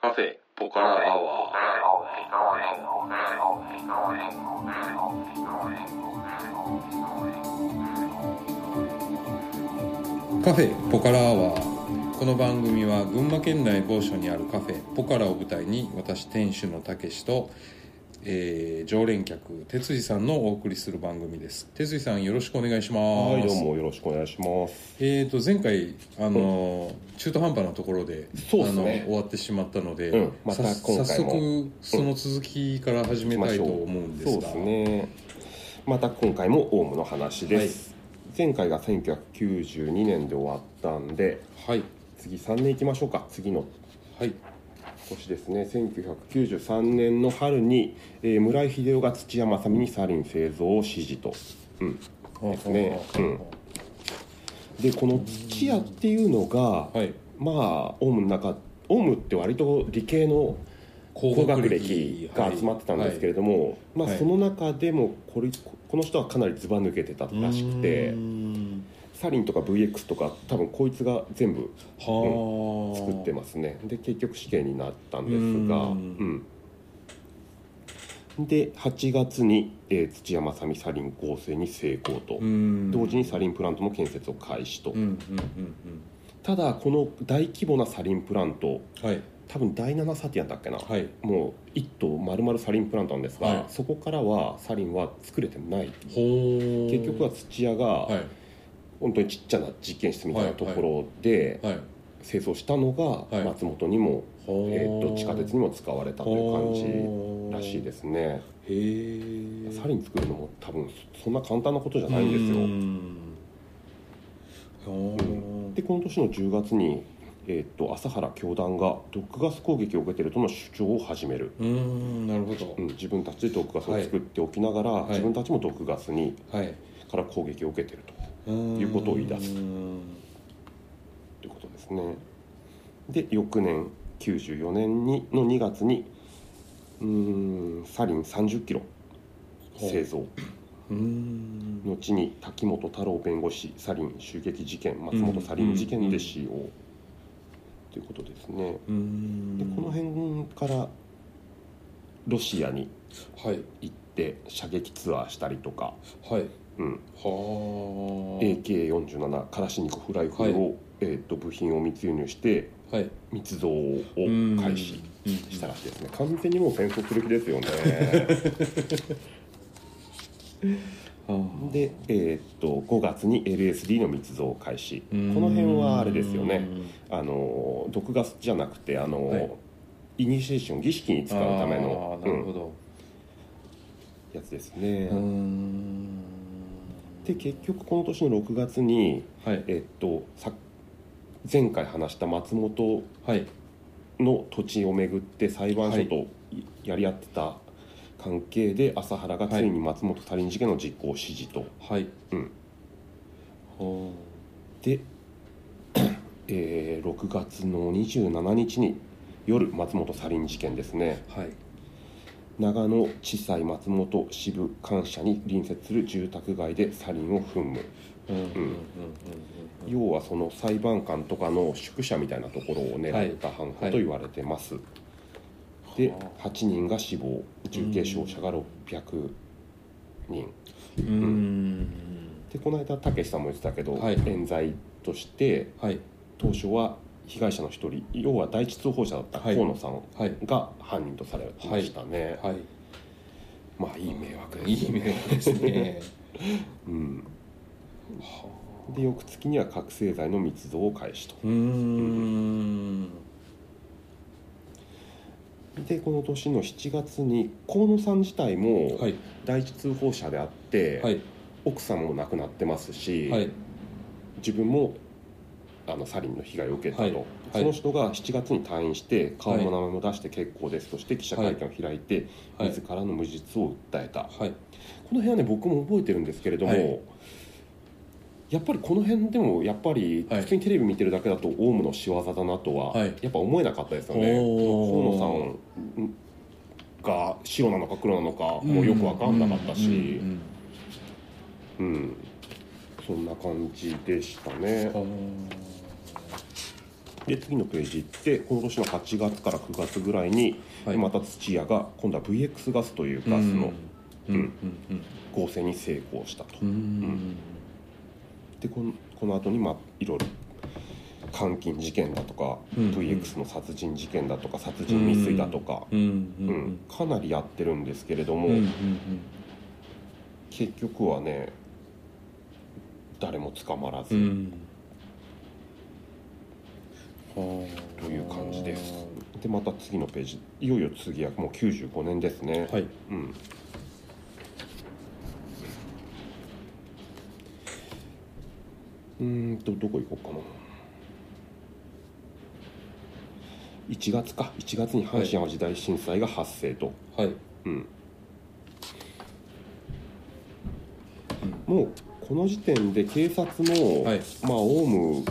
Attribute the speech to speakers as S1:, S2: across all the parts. S1: カフェポカラアワーカフェポカラアワーこの番組は群馬県内某所にあるカフェポカラを舞台に私店主のたけしと、えー常連客哲司さんのお送りする番組です哲司さんよろしくお願いします
S2: はいどうもよろしくお願いします
S1: えー、と前回あのー、中途半端なところで
S2: そうっすね
S1: あの終わってしまったので、
S2: うんまた
S1: さ
S2: 今回も
S1: 早速その続きから始めたいと思うんです
S2: そう
S1: が、
S2: ですねまた今回もオウムの話です、前回が1992年で終わったんで
S1: はい
S2: 次3年いきましょうか次の
S1: はい
S2: 年ですね1993年の春に、えー村井秀夫が土屋正美にサリン製造を指示と、うん、ですねうんでこの土屋っていうのが、
S1: はい
S2: まあオウムの中オウムって割と理系の高学歴が集まってたんですけれども、
S1: は
S2: ま
S1: い
S2: あ、その中でもこれこの人はかなりずば抜けてたらしくて
S1: うーん
S2: サリンとか VX とか多分こいつが全部
S1: はあ、
S2: 作ってますねで結局死刑になったんですが
S1: う
S2: うんん、で8月に、えー土山さみサリン合成に成功と、
S1: うん
S2: 同時にサリンプラントの建設を開始と、
S1: うんうんうん
S2: ただこの大規模なサリンプラント
S1: うんはい
S2: 多分第7サティアンだっけな、
S1: はい
S2: もう一棟丸々サリンプラントなんですが、
S1: はい
S2: そこからはサリンは作れてない
S1: ほー
S2: 結局は土屋
S1: は
S2: が
S1: い
S2: 本当にちっちゃな実験室みたいなところで
S1: はい
S2: 清掃したの
S1: はい
S2: が松本にも、
S1: ほー
S2: えー、と地下鉄にも使われたという感じらしいですすね
S1: へえ
S2: サリン作るのも多分そそんな簡単なことじゃないんですよ、
S1: よ。うん
S2: でこの年の10月に、えー、と朝原教団が毒ガス攻撃を受けてるとの主張を始める、
S1: うーん、なるほど
S2: うん、。自分たちで毒ガスを作っておきながら、
S1: い
S2: 自分たちも毒ガスに
S1: はい。
S2: から攻撃を受けてると
S1: とい
S2: いうことを言い出すいうことですねで翌年94年にの2月にうーんサリン30キロ製造
S1: うーん。
S2: 後に滝本太郎弁護士サリン襲撃事件松本サリン事件で使用ということですね
S1: うーん
S2: でこの辺からロシアに
S1: はい
S2: 行って射撃ツアーしたりとか、
S1: はい
S2: うん、
S1: はあ。
S2: AK47 カラシニコフライフルを、
S1: は
S2: えー、と部品を密輸入して
S1: はい。
S2: 密造を
S1: うん
S2: 開始。
S1: うん
S2: したらしいですね完全にもう戦争する気です よね
S1: うん
S2: でえーっと5月に LSD の密造を開始
S1: う
S2: こ
S1: ーん
S2: の辺はあれですよねあの毒ガスじゃなくてあの、
S1: はい
S2: イニシエーション儀式に使うための
S1: あー、なる
S2: う
S1: ほ
S2: ん
S1: ど。
S2: やつですね
S1: うーん。
S2: で結局この年の6月に
S1: はい
S2: えーっとさ前回話した松本
S1: はい
S2: の土地を巡って裁判所とやり合ってた関係で朝原がついに松本サリン事件の実行を指示と、
S1: はい。
S2: うん
S1: は
S2: で、 えー6月の27日に夜松本サリン事件ですね
S1: あ。はい。
S2: 長野地裁松本支部官舎に隣接する住宅街でサリンを噴霧
S1: うんうんうんうんうん
S2: 要はその裁判官とかの宿舎みたいなところを狙った犯行と言われてます、で
S1: は
S2: 8人が死亡重軽傷者が600人、
S1: うーん。
S2: でこの間たけしさんも言ってたけど、
S1: はい
S2: 冤罪として
S1: はい
S2: 当初は被害者の一人要は第一通報者だった
S1: はい
S2: 河野さん
S1: はい
S2: が犯人とされましたね、
S1: はい。
S2: まあいい迷惑です
S1: いい迷惑ですね。
S2: うん、で翌月には覚醒剤の密造を開始と
S1: うーん。
S2: でこの年の7月に河野さん自体も
S1: はい
S2: 第一通報者であって、
S1: はい
S2: 奥さんも亡くなってますし、
S1: はい
S2: 自分もあのサリンの被害を受けたと、
S1: はいはい
S2: その人が7月に退院して顔も名前も出して結構ですとして記者会見を開いて、
S1: はい
S2: 自らの無実を訴えた、
S1: はい。
S2: この辺はね僕も覚えてるんですけれども、
S1: はい
S2: やっぱりこの辺でもやっぱり
S1: はい
S2: 普通にテレビ見てるだけだとオウムの仕業だなとは
S1: はい
S2: やっぱ思えなかったですよね、
S1: おー
S2: 河野さんが白なのか黒なのかもうよく分かんなかったし
S1: うん
S2: うん、そんな感じでしたね
S1: うんうんうん
S2: で次のページ行ってこの年の8月から9月ぐらいに、
S1: はい
S2: また土屋が今度は VX ガスというガスの
S1: うんうん
S2: 合成に成功したと、
S1: うんうん
S2: でこのこの後にまあいろいろ監禁事件だとか、
S1: うん
S2: VX の殺人事件だとか殺人未遂だとか、
S1: うんうん
S2: う
S1: うんん
S2: かなりやってるんですけれども、
S1: うんうん
S2: 結局はね誰も捕まらず、
S1: うんうんはあ
S2: という感じですでまた次のページいよいよ次はもう95年ですね、
S1: はい
S2: うん、うーんとどこ行こうかな1月か1月に阪神・淡路大震災が発生と、
S1: はい
S2: うんもうこの時点で警察も、
S1: はい
S2: まあオウム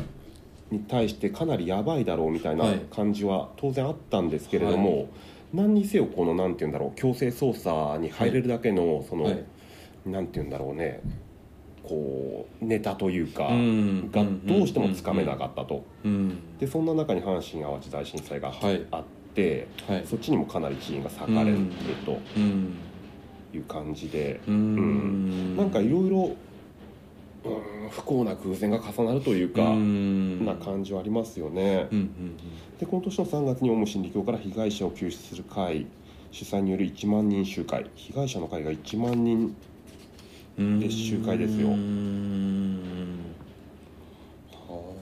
S2: に対してかなりやばいだろうみたいな
S1: はい
S2: 感じは当然あったんですけれども、何にせよこのなんて言うんだろう強制捜査に入れるだけのその、
S1: はい
S2: なんて言うんだろうねこうネタというか、
S1: うん
S2: がどうしてもつかめなかったと、
S1: うん
S2: でそんな中に阪神・淡路大震災が
S1: はい
S2: あって、
S1: はい
S2: そっちにもかなり人員が割かれると
S1: うん
S2: いう感じで、
S1: うん
S2: なんかいろいろうん不幸な偶然が重なるというか、
S1: うん
S2: な感じはありますよね、
S1: うんうん
S2: でこの年の3月にオウム真理教から被害者を救出する会主催による1万人集会被害者の会が1万人
S1: うん
S2: で集会ですよ
S1: うんは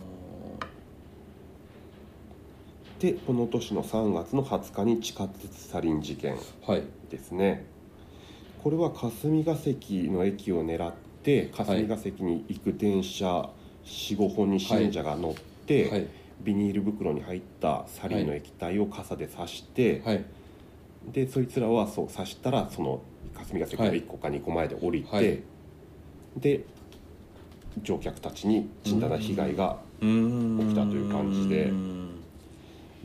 S2: でこの年の3月の20日に地下鉄サリン事件
S1: あはい
S2: ですねこれは霞が関の駅を狙って霞が関に行く電車45本に信者が乗って、
S1: はい
S2: ビニール袋に入ったサリンの液体を傘で刺して、
S1: はい
S2: でそいつらはそう刺したらその霞が関の
S1: はい
S2: 1個か2個前で降りて、
S1: はい
S2: で乗客たちに甚大な被害が、
S1: うん
S2: 起きたという感じで
S1: うん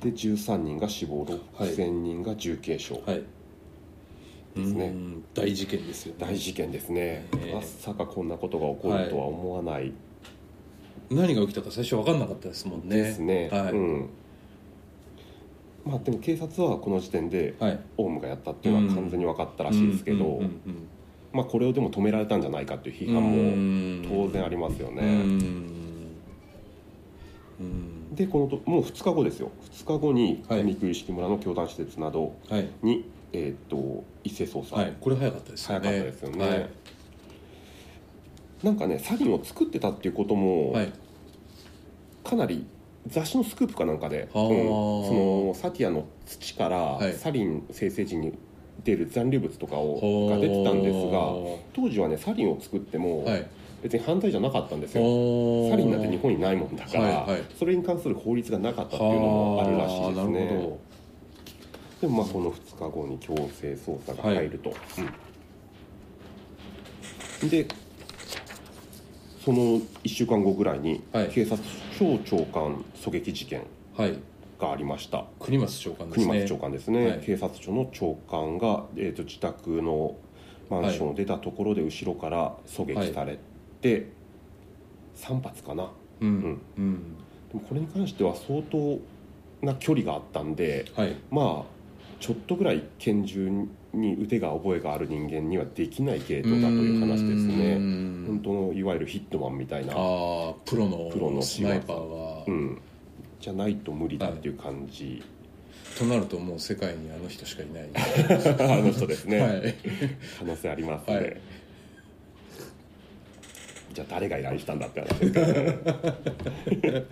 S2: で13人が死亡
S1: はい
S2: 6000人が重軽傷、
S1: はい
S2: ですね
S1: うん大事件ですよね
S2: 大事件ですね、
S1: ええ
S2: まさかこんなことが起こるとは思わない
S1: 何が起きたか最初分かんなかったですもんね
S2: ですね、
S1: はい
S2: うんまあでも警察はこの時点で
S1: はい
S2: オウムがやったっていうのは完全に分かったらしいですけど、
S1: うんうんうん
S2: まあ、これをでも止められたんじゃないかとい
S1: う
S2: う批
S1: ん
S2: 判も
S1: も
S2: 当然ありますよ
S1: う
S2: ね、
S1: んうん
S2: でこのともう2日後ですよ2日後に
S1: はい
S2: 上九式村の教団施設など
S1: はい
S2: に、えー、と一斉捜査、
S1: はいこれ早かったですよ
S2: 早
S1: ね
S2: かったですよね、
S1: はい
S2: なんかねサリンを作ってたっていうことも、
S1: はい
S2: かなり雑誌のスクープかなんかで、
S1: あー
S2: うんそのサティアの土から、
S1: はい
S2: サリン生成時に出る残留物とかをが出てたんですが当時はねサリンを作っても
S1: はい
S2: 別に犯罪じゃなかったんですよ、
S1: サ
S2: サリンなんて日本にないもんだから、
S1: はいはい
S2: それに関する法律がなかったっていうのもあるらしいです
S1: なる
S2: ね
S1: ほ
S2: でもまあこの2日後に強制捜査が入ると、うんでその1週間後ぐらいに
S1: はい
S2: 警察庁長官狙撃事件
S1: どはい
S2: がありました、
S1: 国松長官です
S2: 国
S1: ね
S2: 松長官ですね、
S1: はい
S2: 警察庁の長官が、えー、と自宅のマンションを出たところで後ろから狙撃されて、3発かな
S1: うんうん
S2: でもこれに関しては相当な距離があったんで
S1: はい
S2: まあちょっとぐらい拳銃に腕が覚えがある人間にはできない芸当だという話で
S1: う
S2: すね本
S1: ん
S2: 当のいわゆるヒットマンみたいな、
S1: ああプロの
S2: プロの
S1: スナイパーが
S2: うん、じゃないと無理だっていう感じ、
S1: となるともう世界にあの人しかいない
S2: あの人ですね、
S1: はい
S2: 可能性ありますね、
S1: はい
S2: じゃあ誰が依頼したんだって話 ですけどね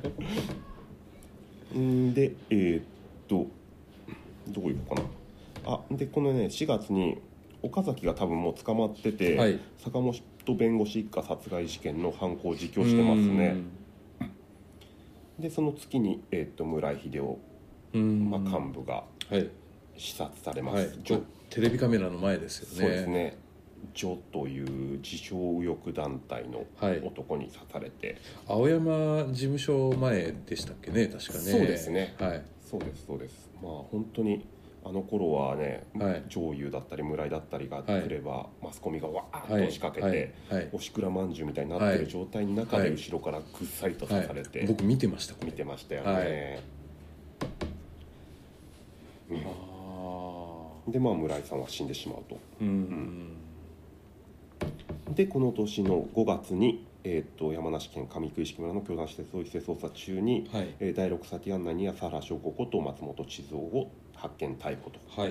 S2: うんでえーっとどこ行こうかなあでこのね4月に岡崎が多分もう捕まってて、
S1: はい
S2: 坂本弁護士一家殺害事件の犯行を自供してますねでその月に、えーっと村井秀夫、
S1: うん
S2: まあ、幹部が
S1: はい
S2: 視察されま
S1: は
S2: す、
S1: い
S2: じょ
S1: テレビカメラの前ですよね
S2: そうですねジョという自称右翼団体の
S1: はい
S2: 男に刺されて、
S1: 青山事務所前でしたっけね確かね
S2: そうですね
S1: はい
S2: そうですそうですまあ本当にあの頃はね、
S1: はい
S2: 上優だったり村井だったりが
S1: はい
S2: 来れば、マスコミがわーっと
S1: はい
S2: 押しかけて、
S1: はいはい
S2: おしくらまんじゅうみたいになって
S1: はい
S2: る状態の中
S1: はい
S2: で後ろからぐっさりと
S1: は
S2: 刺されて、
S1: い、僕見てましたこれ
S2: 見てましたよ
S1: は
S2: ね、
S1: ああ
S2: でまあ村井さんは死んでしまうと
S1: うん
S2: でこの年の5月に、えー、と山梨県上九一色村の教団施設を一斉捜査中に、
S1: はい
S2: えー第6サティアンナに朝原翔子こと松本智蔵を発見逮捕と
S1: はい、
S2: あ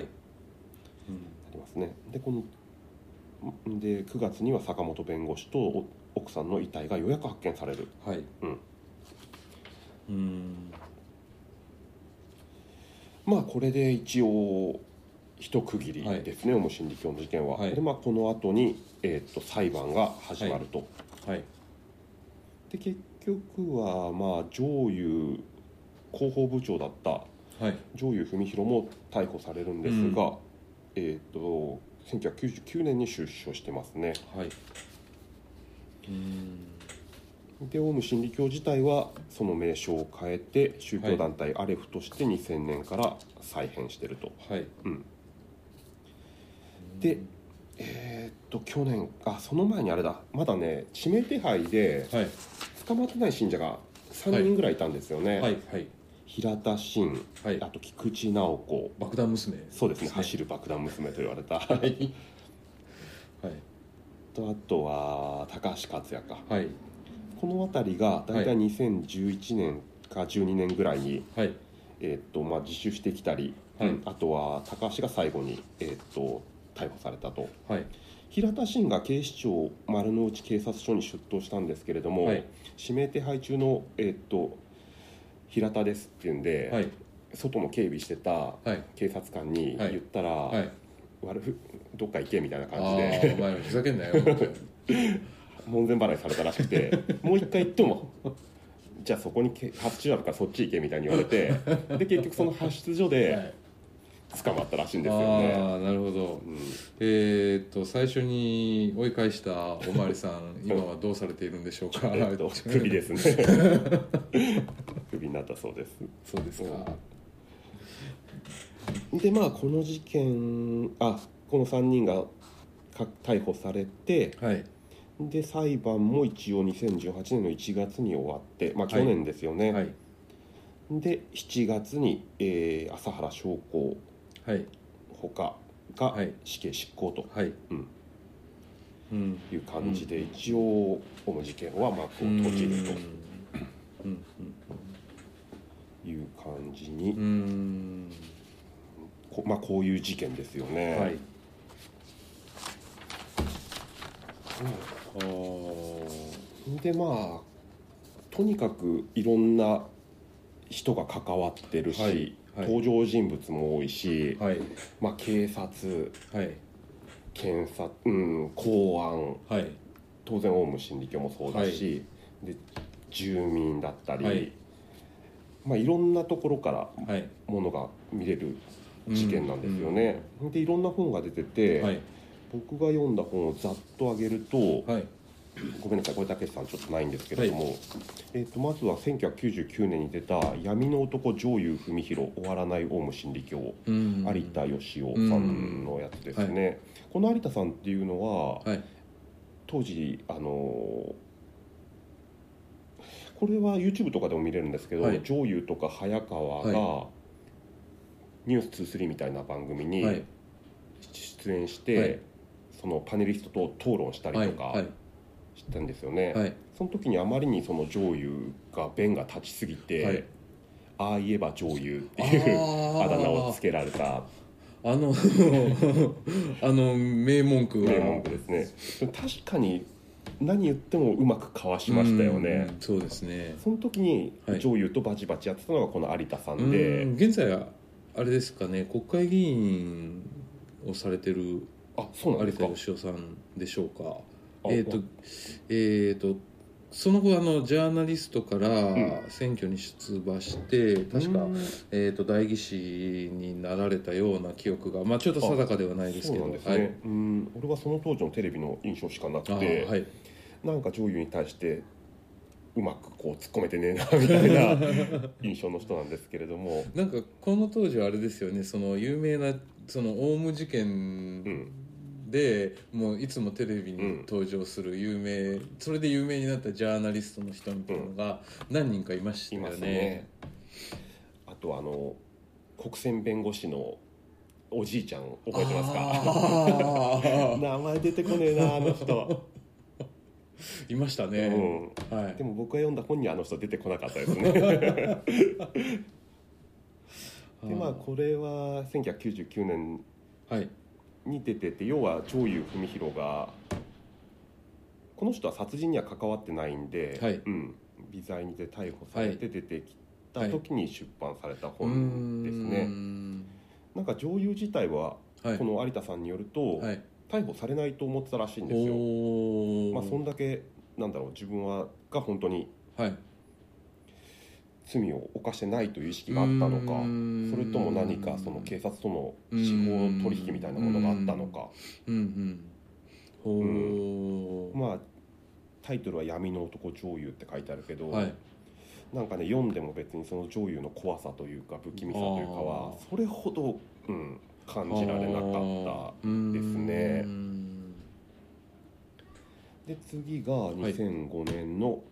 S2: りますねでこのんで9月には坂本弁護士とお奥さんの遺体がようやく発見される
S1: はい
S2: うん
S1: うん
S2: まあこれで一応一区切りですね、オウム真理教の事件は、
S1: はい
S2: でまあこの後に、えー、と裁判が始まると、
S1: はい
S2: で結局はまあ上優広報部長だった
S1: はい
S2: 上優文弘も逮捕されるんですが、えっ、と1999年に出所してますね
S1: はいうん
S2: でオウム真理教自体はその名称を変えて宗教団体アレフとして2000年から再編してると、
S1: はい
S2: うんでえっと去年あその前にあれだまだね指名手配で
S1: はい
S2: 捕まってない信者が3人ぐらいいたんですよね、
S1: はいはい
S2: 平田真
S1: はい
S2: あと菊池直子
S1: 爆弾娘
S2: そうですね
S1: はい
S2: 走る爆弾娘と言われた、
S1: はい
S2: とあとは高橋克也か
S1: はい
S2: この辺りが大
S1: は
S2: 体2011年か12年ぐらいに、
S1: はい
S2: えーとまあ、自首してきたり、
S1: はい
S2: うんあとは高橋が最後に、えー、と逮捕されたと
S1: はい
S2: 平田真が警視庁丸の内警察署に出頭したんですけれども、
S1: はい
S2: 指名手配中の、えー、と平田ですっていうんで、
S1: はい
S2: 外の警備してた
S1: はい
S2: 警察官に
S1: はい
S2: 言ったら、
S1: はい
S2: 悪ふどっか行けみたいな
S1: あ
S2: 感じ
S1: あ
S2: で
S1: お前らふざけんな よ
S2: 門前払いされたらしくて もう一回行ってもじゃあそこにけ発注あるからそっち行けみたいに言われてで結局その発出所
S1: は
S2: で
S1: い
S2: 捕まったらしいんですよね。
S1: ああなるほど
S2: うん
S1: えーっと最初に追い返したおまわりさ ん今はどうされているんでしょうか
S2: えっ とクビですねクビになったそうです
S1: そうですか
S2: でまあこの事件あこの3人がか逮捕されて
S1: はい
S2: で裁判も一応2018年の1月に終わってまあ
S1: はい
S2: 去年ですよね、
S1: はい
S2: で7月に、えー朝原将校
S1: はい
S2: ほかが
S1: はい
S2: 死刑執行と
S1: はい
S2: うん
S1: うん
S2: いう感じで、一応この事件は幕を閉じる
S1: うん
S2: という感じに、
S1: うんうん
S2: こまあこういう事件ですよね、
S1: はいあー
S2: でまあとにかくいろんな人が関わってるし、
S1: はいはい
S2: 登場人物も多いし、
S1: はい
S2: まあ、警察
S1: はい
S2: 検察、うん、公安
S1: はい
S2: 当然オウム真理教もそうだし、で住民だったり、
S1: はい
S2: まあ、いろんなところから
S1: はい
S2: ものが見れる事件なんですよね。でいろんな本が出てて、
S1: はい
S2: 僕が読んだ本をざっと挙げると、
S1: はい
S2: ごめんなさい、これだけさんちょっとないんですけれども、えー、とまずは1999年に出た「闇の男上優文弘終わらないオウム真理教」
S1: うん
S2: 有田義雄さんのやつですね、この有田さんっていうのは、
S1: はい
S2: 当時あのーこれは YouTube とかでも見れるんですけど、
S1: はい
S2: 上優とか早川が「ニュース2 3みたいな番組に
S1: はい
S2: 出演して、
S1: はい
S2: そのパネリストと討論したり
S1: はい
S2: とか
S1: はい
S2: したんですよね。
S1: はい
S2: その時にあまりにその上優が弁が立ちすぎて、
S1: はい
S2: ああ言えば上優っていう
S1: あー
S2: あだ名をつけられた
S1: あのあの名文句は
S2: 名文句ですね確かに何言ってもうまくかわしましたよね
S1: うんそうですね
S2: その時に
S1: はい
S2: 上優とバチバチやってたのがこの有田さ
S1: うん
S2: で、
S1: ん現在あれですかね国会議員をされてる
S2: あそうな
S1: 有
S2: んです
S1: 田
S2: か
S1: 芳生さんでしょうか
S2: あ
S1: えっ、とえっ、とその後あのジャーナリストから
S2: ん
S1: 選挙に出馬して、確か
S2: う、ん
S1: えー、と代議士になられたような記憶が、まあ、ちょっと定かではないです
S2: そ
S1: け
S2: う
S1: ど
S2: なんですね、うん俺はその当時のテレビの印象しかなく
S1: はい、あ
S2: て、
S1: ーはい
S2: なんか上優に対してうまくこう突っ込めてねえなみた いな印象の人なんですけれども
S1: なんかこの当時はあれですよねその有名なそのオウム事
S2: う
S1: 件
S2: ん
S1: で、もういつもテレビに登場する有名、それで有名になったジャーナリストの人みたいなのが何人かいました
S2: い
S1: よ
S2: ます
S1: ね
S2: ね。あとあの国選弁護士のおじいちゃん覚えてますか
S1: あ ー
S2: 名前出てこねえなあの人、
S1: いましたね、
S2: う
S1: は
S2: ん、で
S1: い
S2: も僕が読んだ本にはあの人出てこなかったです ねでまあこれは1999年
S1: はい
S2: に出てて要は張優文博がこの人は殺人には関わってないんで、
S1: はい
S2: うん、微罪にて逮捕されて出てきた時に出版された
S1: うー
S2: 本ですね、
S1: ん
S2: なんか女優自体は
S1: はい
S2: この有田さんによると、
S1: はい
S2: 逮捕されないと思ってたらしいんですよ、
S1: おお
S2: まあ、そんだけなんだろう自分はが本当に
S1: はい
S2: 罪を犯してないという意識があったのかそれとも何かその警察との司法取引みたいなものがあったのか
S1: うんうんほう
S2: まあタイトルは「闇の男女優」って書いてあるけど、
S1: はい
S2: なんかね読んでも別にその女優の怖さというか不気味さというか
S1: あ
S2: は
S1: ー
S2: それほど、うん、感じられなかったですね
S1: うーん
S2: で次が2005年の、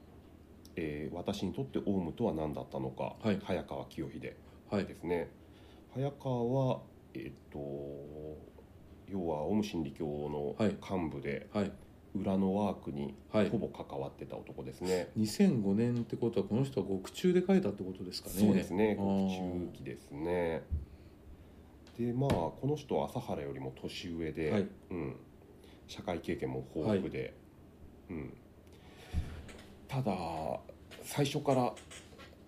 S2: えー私にとってオウムとは何だったのか」
S1: はい
S2: 早川清秀
S1: はい
S2: ですね早川はえっ、と要はオウム真理教の
S1: はい
S2: 幹部で、
S1: はい
S2: 裏のワークに
S1: はい
S2: ほぼ関わってた男ですね、
S1: 2005年ってことはこの人は獄中で書いたってことですかね
S2: そうですね
S1: あ
S2: 獄
S1: ー
S2: 中期ですねでまあこの人は朝原よりも年上で、
S1: はい
S2: うん、社会経験も豊富で、うん、ただ最初から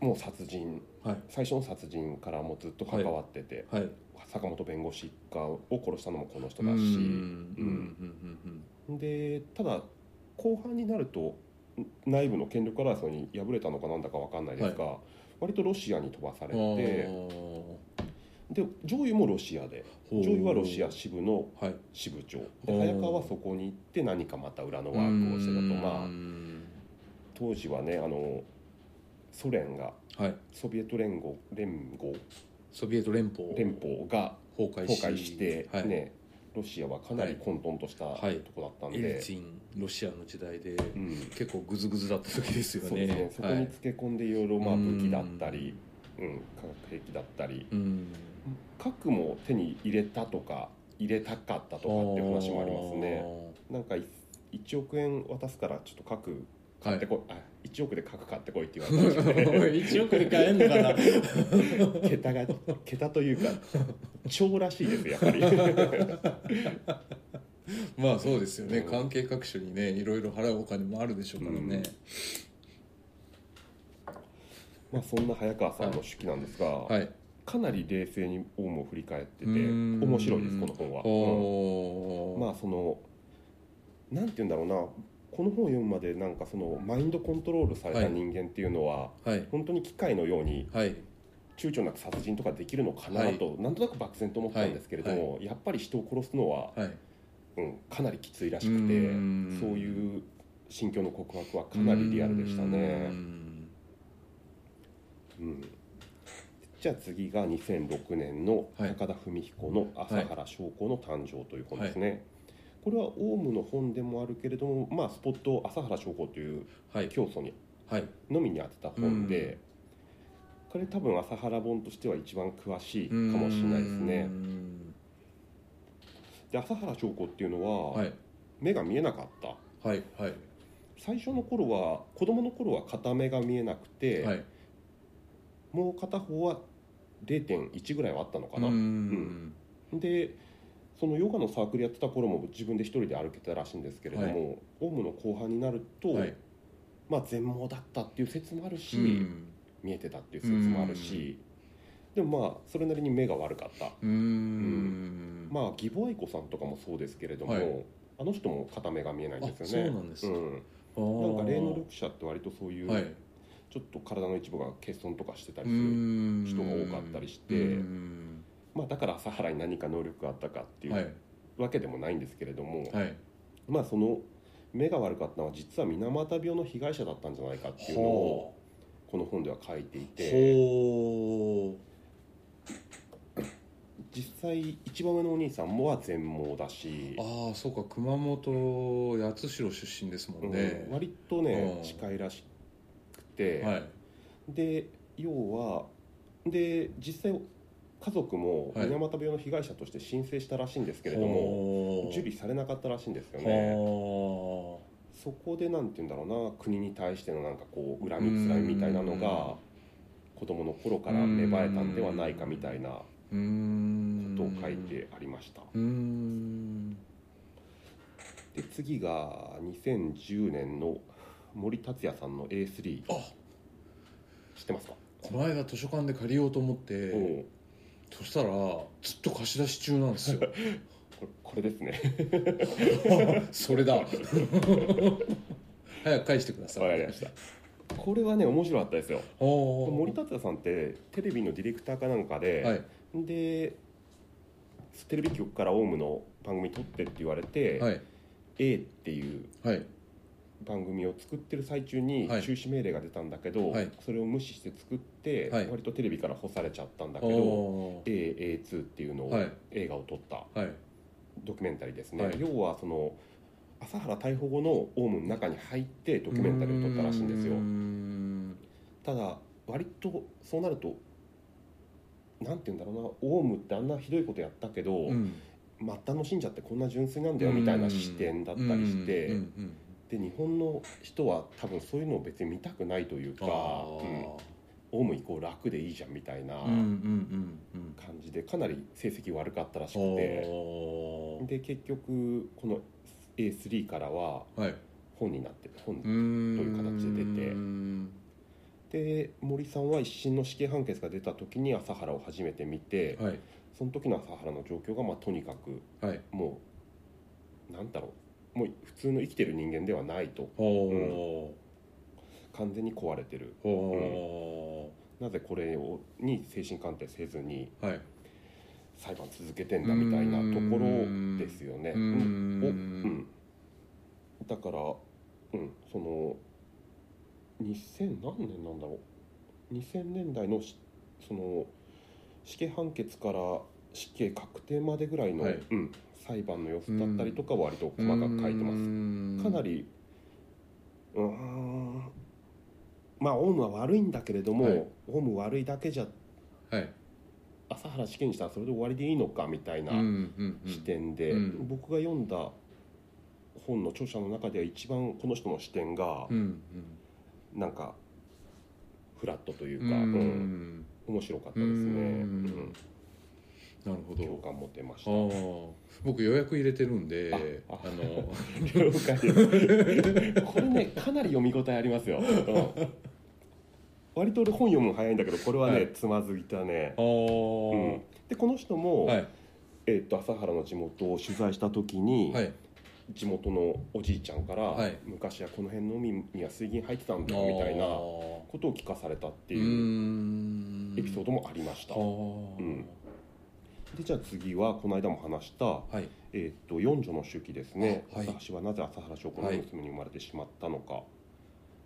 S2: もう殺人
S1: はい
S2: 最初の殺人からもずっと関わってて、
S1: はい
S2: 坂本弁護士がを殺したのもこの人
S1: う
S2: だ
S1: ん
S2: し
S1: うんうん
S2: でただ後半になると内部の権力争いに敗れたのかなんだかわかんないですが、割とロシアに飛ばされ
S1: うんうん
S2: てで上位もロシアで
S1: あー
S2: 上位はロシア支部の
S1: はい
S2: 支部長
S1: お
S2: で
S1: ー
S2: 早川はそこに行って何かまた裏のワークをしてたとまあ当時はねあのソ連が
S1: あはい
S2: ソビエト連合連合
S1: ソビエト連邦
S2: 連邦が
S1: 崩壊し
S2: 崩壊して、
S1: はい
S2: ねロシアはかなり混沌とした
S1: はい
S2: とこだったん
S1: エリ
S2: で、
S1: ツィンロシアの時代で
S2: うん
S1: 結構グズグズだった時ですよね
S2: そうですねそこ
S1: は
S2: に
S1: い
S2: つけ込んでいろいろまあ武器だったり、うん、化学兵器だったり
S1: うん
S2: 核も手に入れたとか入れたかったとかっていう話もありますねなんかい1億円渡すからちょっと核買ってこい、あ1億で核買ってこいって言われたんですね
S1: 一億で買えんのか な
S2: 桁が桁というか超らしいですやは り
S1: まあそうですよね
S2: うん
S1: 関係各種にねいろいろ払うお金もあるでしょうからね、
S2: まあそんな早川さんの手記なんですが、
S1: はい
S2: かなり冷静にオウムを振り返ってて
S1: うーん
S2: 面白いですこの本は、
S1: お
S2: うんまあそのなんて言うんだろうなこの本を読むまでなんかそのマインドコントロールされ
S1: は
S2: た
S1: い
S2: 人間っていうのは、
S1: あはい
S2: 本当に機械のように
S1: はい
S2: 躊躇なく殺人とかできるのかなと、なんとなく漠然と思ったんですけれども、やっぱり人を殺すのは、
S1: はい
S2: うん、かなりきついらしく
S1: う
S2: て
S1: ーん
S2: そういう心境の告白はかなりリアルでしたね
S1: うー。ん
S2: うんじゃあ次が2006年の
S1: はい
S2: 高田文彦の「朝原将校の誕生」という本ですね、これはオウムの本でもあるけれども、まあ、スポットを朝原将校という
S1: はい
S2: 教祖に
S1: はい
S2: のみに当てた本で、これ多分朝原本としては一番詳しいかもしれないですね
S1: うーん
S2: で朝原将校っていうのは、
S1: はい
S2: 目が見えなかった
S1: はいはい
S2: 最初の頃は子供の頃は片目が見えなくて、
S1: はい
S2: もう片方は0.1ぐらいはあったのかな、
S1: うーん
S2: でそのヨガのサークルやってた頃も自分で一人で歩けたらしいんですけれども、オウムの後半になると、
S1: はい
S2: まあ、全盲だったっていう説もあるし、
S1: うん
S2: 見えてたっていう説もあるし、でもまあそれなりに目が悪かった、
S1: うーん
S2: まあ義母愛子さんとかもそうですけれども、
S1: はい
S2: あの人も片目が見えないんですよ
S1: あ
S2: ね
S1: そうなんです
S2: うん
S1: あー
S2: なんか霊能力者って割とそういう、
S1: はい
S2: ちょっと体の一部が欠損とかしてたりする、人
S1: 人
S2: が多かったりしてまあ、だから朝原に何か能力があったかっていう
S1: はい
S2: わけでもないんですけれども、
S1: はい
S2: まあその目が悪かったのは実は水俣病の被害者だったんじゃないかっていうのを
S1: ほ
S2: この本では書いていうて
S1: ほ
S2: 実際一番上のお兄さんもは全盲だし
S1: う、ああそうか熊本八代出身ですもんね
S2: うん、割とね
S1: うん
S2: 近いらしくて、
S1: はい
S2: で要はで実際家族も
S1: はい
S2: 水俣病の被害者として申請したらしいんですけれども、
S1: も
S2: 受理されなかったらしいんですよね
S1: は
S2: そこでなんて言うんだろうな国に対してのなんかこう恨みつらいみたいなのが子供の頃から芽生えたんではないかみたいなこ
S1: あうーん
S2: とを書いてありました
S1: うーん
S2: で次が2010年の森達也さんの A3
S1: あ
S2: 知ってますか、
S1: この間図書館で借りようと思って、
S2: うん
S1: そしたらずっと貸し出し中なんです よ
S2: これこれです ね
S1: それだ 早く返してください
S2: わかりましたこれはね面白かったですよ
S1: おー
S2: 森達也さんってテレビのディレクターかなんかで、
S1: はい
S2: でテレビ局からオウムの番組撮ってって言われて、
S1: はい
S2: A っていう
S1: はい
S2: 番組を作ってる最中に中
S1: はい
S2: 止命令が出たんだけど、
S1: はい
S2: それを無視して作って、
S1: はい
S2: 割とテレビから干されちゃったんだけど
S1: おー
S2: AA2 っていうのを、
S1: はい
S2: 映画を撮った
S1: はい
S2: ドキュメンタリーですね、
S1: はい
S2: 要はその朝原逮捕後のオウムの中に入ってドキュメンタリーを撮ったらしいんですよ
S1: うーん
S2: ただ割とそうなるとなんて言うんだろうなオウムってあんなひどいことやったけど、
S1: うん
S2: 末端の信者ってこんな純粋なんだよみたいな視点だったりし
S1: う
S2: て、
S1: んうんうん
S2: で日本の人は多分そういうのを別に見たくないというか、うん
S1: あ
S2: オウムイコール楽でいいじゃんみたいな
S1: あうんうんうんうん
S2: 感じでかなり成績悪かったらしくて
S1: おー
S2: で結局この A3 からは
S1: はい
S2: 本になってる本
S1: うーん
S2: という形で出てで森さんは一審の死刑判決が出た時に朝原を初めて見て、
S1: はい
S2: その時の朝原の状況が、まあ、とにかく
S1: はい
S2: もうなんだろうもう普通の生きてる人間ではないと
S1: お
S2: うん
S1: ー
S2: 完全に壊れてる
S1: お
S2: なぜこれをに精神鑑定せずに
S1: ーはい
S2: 裁判続けてんだみたいなところですよね。
S1: うーん
S2: おうんだから、うん、その2000何年なんだろう2000年代のしその死刑判決から死刑確定までぐらいの、
S1: はい
S2: うん、裁判の様子だったりとかは割と細かく書いてます。
S1: す
S2: かなりうーんまあオウムは悪いんだけれども、
S1: はい
S2: オウム悪いだけじゃ
S1: はい
S2: 朝原試験にしたらそれで終わりでいいのかみたいな
S1: うんうんうん
S2: 視点で、
S1: うん
S2: 僕が読んだ本の著者の中では一番この人の視点が
S1: うん
S2: なんかフラットといううんか、
S1: うん
S2: うん面白かったですね、
S1: うん
S2: うん
S1: なるほ
S2: 共
S1: ど
S2: 感持てまし
S1: あ
S2: た
S1: ー僕予約入れてるんであ
S2: ああ
S1: の
S2: 了解ですこれねかなり読み応えありますよ、うん割と俺本読むの早いんだけどこれはね、
S1: はい
S2: つまずいたね
S1: あ、ー
S2: うん、でこの人も、
S1: はい
S2: えーっと朝原の地元を取材した時に、
S1: はい
S2: 地元のおじいちゃんから、
S1: はい
S2: 昔はこの辺の海には水銀入ってたんだ
S1: あー
S2: みたいなことを聞かされたって
S1: う
S2: いう
S1: ーん
S2: エピソードもありました、
S1: はあ
S2: うんでじゃあ次はこの間も話した、
S1: はい
S2: えーっと四女の周期ですね、
S1: はい
S2: 朝橋はなぜ朝原翔子の娘に生まれてしまったのか、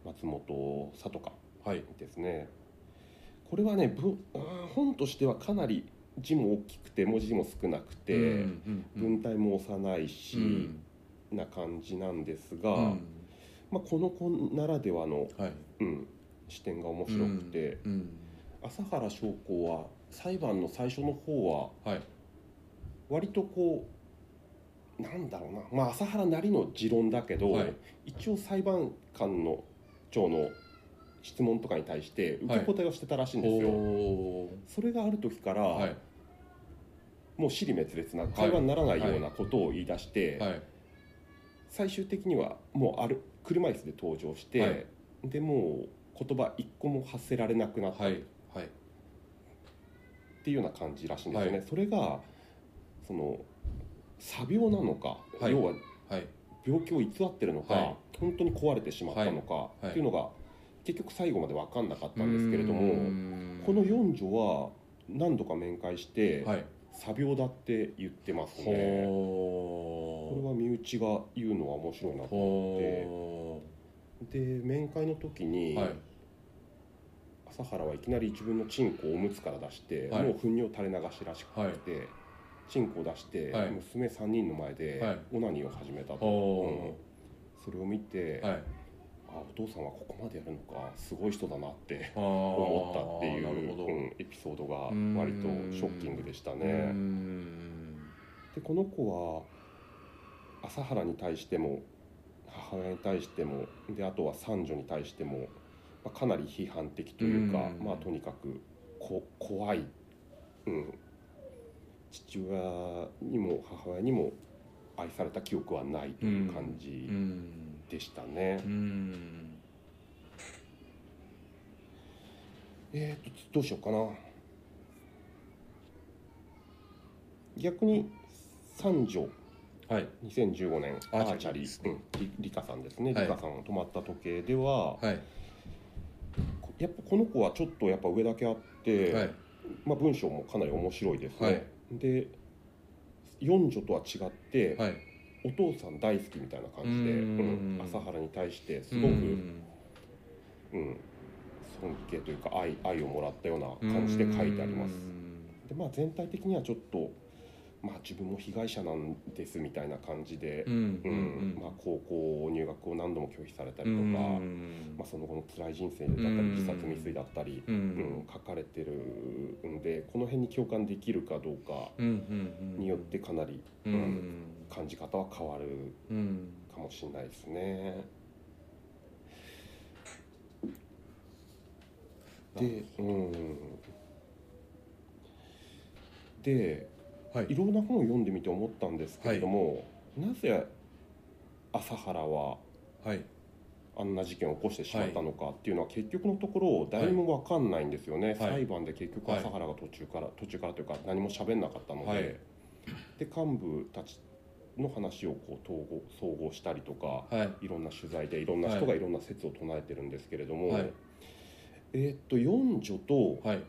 S2: 松本里香
S1: はい
S2: ですねこれはねぶあー本としてはかなり字も大きくて文字も少なくて、
S1: うんうんうん
S2: 文体も幼いうし、
S1: ん
S2: な感じなんですが、
S1: うん
S2: まあ、この子ならではの、
S1: はい
S2: うん、視点が面白くて、
S1: うんうん
S2: 朝原将校は裁判の最初の方は
S1: はい
S2: 割とこうなんだろうな、まあ、朝原なりの持論だけど、
S1: はい
S2: 一応裁判官の長の質問とかに対して受け答えをしてたらしいんですよ。
S1: お
S2: それがある時から、
S1: ーはい
S2: もう尻滅裂な会話にならないようなことを言い出して、
S1: はい
S2: 最終的にはもうある車椅子で登場して、
S1: はい
S2: でもう言葉一個も発せられなくなった
S1: は
S2: っ
S1: いはい
S2: ていうような感じらしいんですよね、
S1: は
S2: それがその詐病なのか、
S1: はい
S2: 要は
S1: はい
S2: 病気を偽ってるのか、
S1: はい
S2: 本当に壊れてしまったのか、
S1: いはい
S2: っていうのが結局最後まで分かんなかったんですけれども、
S1: うーん
S2: この四女は何度か面会して、
S1: はい
S2: 詐病だって言ってますね。
S1: ほ
S2: これは身内が言うのは面白いなと
S1: ほ
S2: で面会の時
S1: う
S2: に、
S1: はい
S2: 朝原はいきなり自分のチンコをおむつから出して、
S1: はい
S2: もう糞尿垂れ流しらしくて、チンコを出して、
S1: はい
S2: 娘3人の前で、
S1: はい
S2: オナニーを始めたと、
S1: ほ
S2: それを見て、
S1: うはい
S2: あお父さんはここまでやるのかすごい人だなって思
S1: 思
S2: ったっていう
S1: なるほど
S2: うんエピソードが割とショッキングでした
S1: うー
S2: ね。
S1: ん
S2: でこの子は朝原に対しても母親に対してもであとは三女に対しても、まあ、かなり批判的というか、
S1: うん
S2: まあ、とにかくこ怖い、うん、父親にも母親にも愛された記憶はないという感
S1: う
S2: じ
S1: ん
S2: でしたね。
S1: うん
S2: えー、とどうしようかな逆に三女
S1: はい
S2: 2015年
S1: ア
S2: ア
S1: ー
S2: ー
S1: チ
S2: チ
S1: ャ
S2: ャ
S1: リ
S2: リ
S1: ー
S2: ー、うん、りりかさんですね、
S1: はい
S2: りかさんの泊まった時計では
S1: はい
S2: こやっぱこの子はちょっとやっぱ上だけあって、
S1: はい
S2: まあ、文章もかなり面白いですね、
S1: はい
S2: で四女とは違って、
S1: はい
S2: お父さん大好きみたいな感じで、
S1: うん
S2: うん朝原に対してすごく、
S1: う
S2: うん
S1: ん
S2: 尊敬というか愛愛をもらったような感じで書いてあります
S1: うん
S2: でまあ、全体的にはちょっと、まあ、自分も被害者なんですみたいな感じで、
S1: うん
S2: うん
S1: うん
S2: まあ、高校入学を何度も拒否されたりとか、
S1: うん
S2: まあ、その後の辛い人生だったり
S1: うん
S2: 自殺未遂だったり、
S1: う
S2: うん
S1: ん
S2: 書かれてるんでこの辺に共感できるかどうか
S1: うんうん
S2: によってかなり
S1: うん
S2: 感じ方は変わる
S1: うん
S2: かもしれないですね。で、うん、で
S1: はい
S2: いろんな本を読んでみて思ったんですけれども、なぜ朝原は
S1: はい
S2: あんな事件を起こしてしまったのかっていうのは結局のところ誰にも分かんないんですよね、
S1: い
S2: 裁判で結局
S1: はい
S2: 朝原が途中から、途中からというか何も喋んなかったので、
S1: はい
S2: で幹部たちの話をこう統合総合したりとか
S1: はい
S2: いろんな取材でいろんな人がいろんな説を唱えてるんですけれども、
S1: はい
S2: えーっと四女と
S1: はい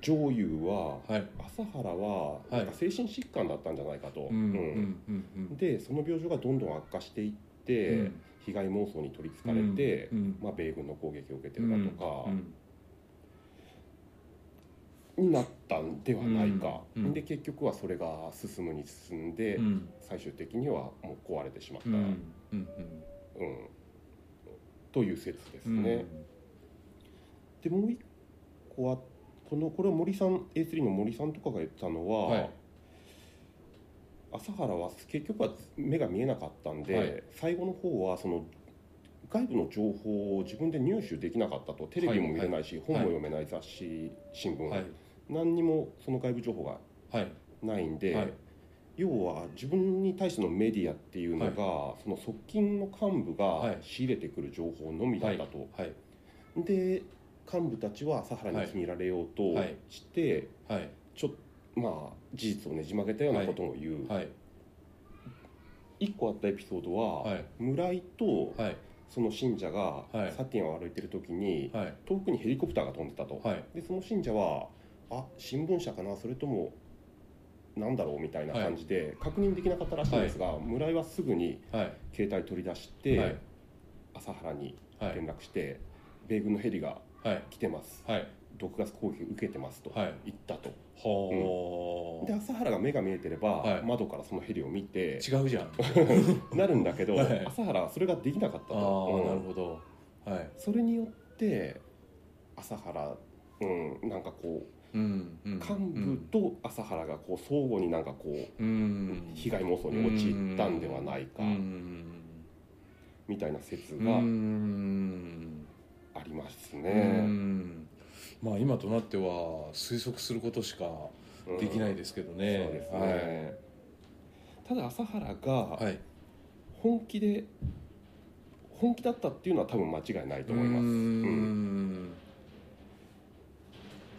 S2: 上優は
S1: はい
S2: 朝原は
S1: はい
S2: なんか精神疾患だったんじゃないかと、
S1: うんうん
S2: うん
S1: うん
S2: でその病状がどんどん悪化していって、
S1: うん
S2: 被害妄想に取りつ
S1: う
S2: かれ
S1: ん
S2: て、
S1: うん
S2: まあ、米軍の攻撃を受けてるだとか
S1: う、ん
S2: になったんではないか、
S1: うんうん
S2: で結局はそれが進むに進んで、
S1: うん
S2: 最終的にはもう壊れてしまった、
S1: う
S2: うんん
S1: うんうん
S2: という説ですね。
S1: うん
S2: でもう一個はこのこれは森さん A3 の森さんとかが言ったのは、
S1: はい
S2: 朝原は結局は目が見えなかったんで、
S1: はい
S2: 最後の方はその外部の情報を自分で入手できなかったとテレビも見れないし、本も読めない雑誌新聞、
S1: はい
S2: 何にもその外部情報が
S1: はい
S2: ないんで、
S1: はい
S2: 要は自分に対してのメディアっていうのが、その側近の幹部
S1: は
S2: が
S1: い
S2: 仕入れてくる情報のみだったと、
S1: はい
S2: で幹部たちは朝原に気に入られようと
S1: はい
S2: して、
S1: はい
S2: ちょっとまあ事実をねじ曲げたようなことも言う、
S1: はい
S2: 一個あったエピソードは、
S1: はい
S2: 村井と
S1: はい
S2: その信者が
S1: はい
S2: サティアンを歩いてる時に
S1: はい
S2: 遠くにヘリコプターが飛んでたと、
S1: はい
S2: でその信者はあ新聞社かなそれともなんだろうみたいな感じで確認できなかったらしいんですが、村井はすぐに
S1: はい
S2: 携帯取り出し
S1: はい
S2: て、
S1: はい
S2: 朝原に
S1: はい
S2: 連絡して、米軍のヘリが
S1: はい
S2: 来てます
S1: はい
S2: 毒ガス攻撃受けてますと
S1: はい
S2: 言ったと、
S1: ほ
S2: で
S1: ー
S2: 朝原が目が見えてれば、
S1: はい
S2: 窓からそのヘリを見て
S1: 違うじゃん あ
S2: なるんだけど、
S1: はい
S2: 朝原はそれができなかった
S1: あ
S2: とう
S1: ー
S2: ん
S1: なるほどはい
S2: それによって朝原うん、なんかこう
S1: うんうん
S2: 幹部と朝原がこう相互になんかこう
S1: うんうん
S2: 被害妄想に陥ったんではない
S1: う
S2: か
S1: ん
S2: みたいな説
S1: う
S2: が
S1: ん
S2: あります
S1: う
S2: ね。
S1: んまあ今となっては推測することしかできない
S2: で
S1: ですけど
S2: す
S1: ね。
S2: そうですね、ただ朝原
S1: はい。
S2: が
S1: はい。
S2: 本気で本気だったっていうのは多分間違いないと思います。
S1: うー
S2: うん
S1: ん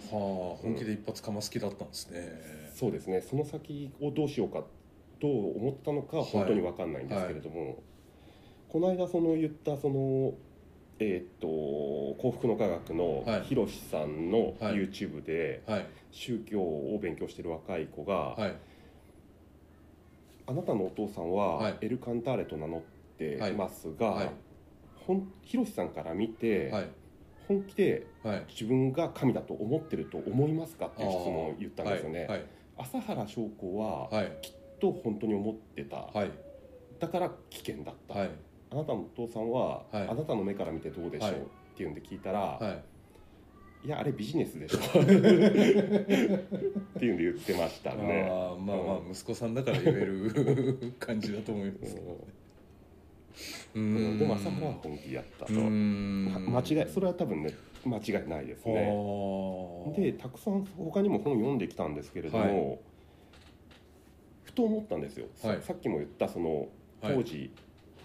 S1: はあ、本気で一発かます気だったんですね。
S2: そうですねその先をどうしようかどう思ったのかは本当に分かんないんですけれども、この間その言ったそのえーっと幸福の科学の
S1: はい
S2: ひろしさんの
S1: はい
S2: YouTube で
S1: はい。
S2: 宗教を勉強してる若い子が、
S1: はい。
S2: あなたのお父さん
S1: はい
S2: はエル・カンターレと名乗ってますが、
S1: はい
S2: ほん広瀬さんから見て、
S1: はい
S2: 本気で
S1: はい
S2: 自分が神だと思ってると思いますかっていう質問を言ったんですよね、
S1: はい
S2: 朝原将子は、
S1: はい
S2: と本当に思ってた、
S1: はい
S2: だから危険だった、
S1: はい
S2: あなたのお父さんは、
S1: はい
S2: あなたの目から見てどうでしょう、
S1: はい
S2: っていうんで聞いたら、
S1: はい
S2: い、やあれビジネス でしょっていうんで言ってましたね
S1: ああまあまあ息子さんだから言える感じだと思いますけどねう
S2: うん
S1: ん
S2: でも朝原は本気やったと、
S1: うん
S2: ま間違いそれは多分ね間違いないですね
S1: はあ
S2: でたくさん他にも本読んできたんですけれども、ふと思ったんですよ、さ
S1: はい
S2: さっきも言ったその
S1: はい
S2: 当時、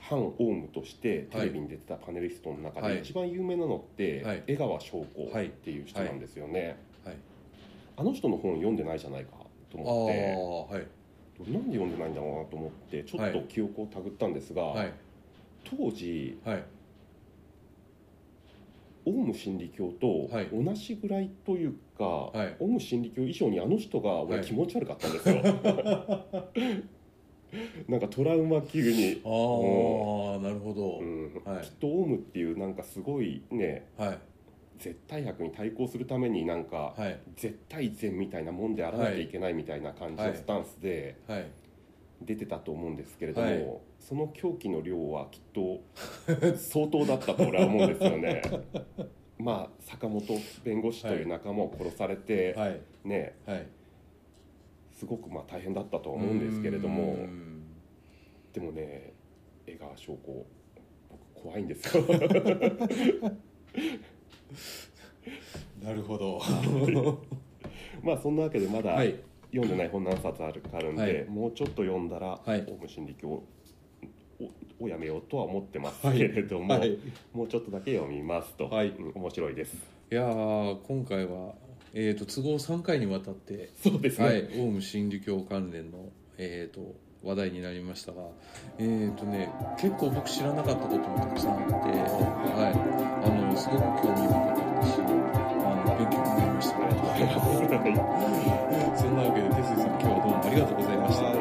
S2: 反オウムとして
S1: はい
S2: テレビに出てたパネリストの中
S1: はい
S2: で一番有名なのって、
S1: はい
S2: 江川翔子っていう人なんですよね、
S1: はい
S2: あの人の本読んでないじゃないかと
S1: あ
S2: 思って
S1: あはい
S2: なんで読んでないんだろうなと思ってちょっと記憶をたぐったんですが、
S1: はい
S2: 当時
S1: はい
S2: オウム真理教と
S1: はい
S2: 同じぐらいというか、
S1: はい
S2: オウム真理教以上にあの人が
S1: は
S2: 俺
S1: い
S2: 気持ち悪かった んですよ、なんかトラウマ級に、
S1: ああなるほど、
S2: うん
S1: はい
S2: きっとオウムっていうなんかすごいね
S1: はい
S2: 絶対悪に対抗するためになんか、
S1: はい
S2: 絶対善みたいなもんであらなきゃいけないみたいな感じ
S1: は
S2: の
S1: い
S2: スタンスで
S1: はい
S2: 出てたと思うんですけれども、
S1: はい
S2: その狂気の量はきっと相当だったと俺は思うんですよ ね。まあ坂本弁護士という仲間を殺されて、
S1: はい
S2: ね
S1: はい
S2: すごくまあ大変だったとは思うんですけれど
S1: う
S2: も
S1: ん
S2: でもね江川証拠僕怖い んですよ
S1: なるほど
S2: まあそんなわけでまだ、
S1: はい
S2: 読んでない本何冊あるかあるんで、
S1: はい
S2: もうちょっと読んだら、
S1: はい
S2: オウム真理教ををやめようとは思ってますけれども、
S1: はいはい
S2: もうちょっとだけ読みますと、
S1: はい
S2: うん面白いです。
S1: いやー今回は、えー、と都合3回にわたって、
S2: そうですね、
S1: はい、オウム真理教関連の、えー、と話題になりましたが、えーとね、結構僕知らなかったこともたくさんあって、はい、あのすごく興味深かったしあの勉強になりました、
S2: はい
S1: そんなわけで哲司さん今日はどうもありがとうございました。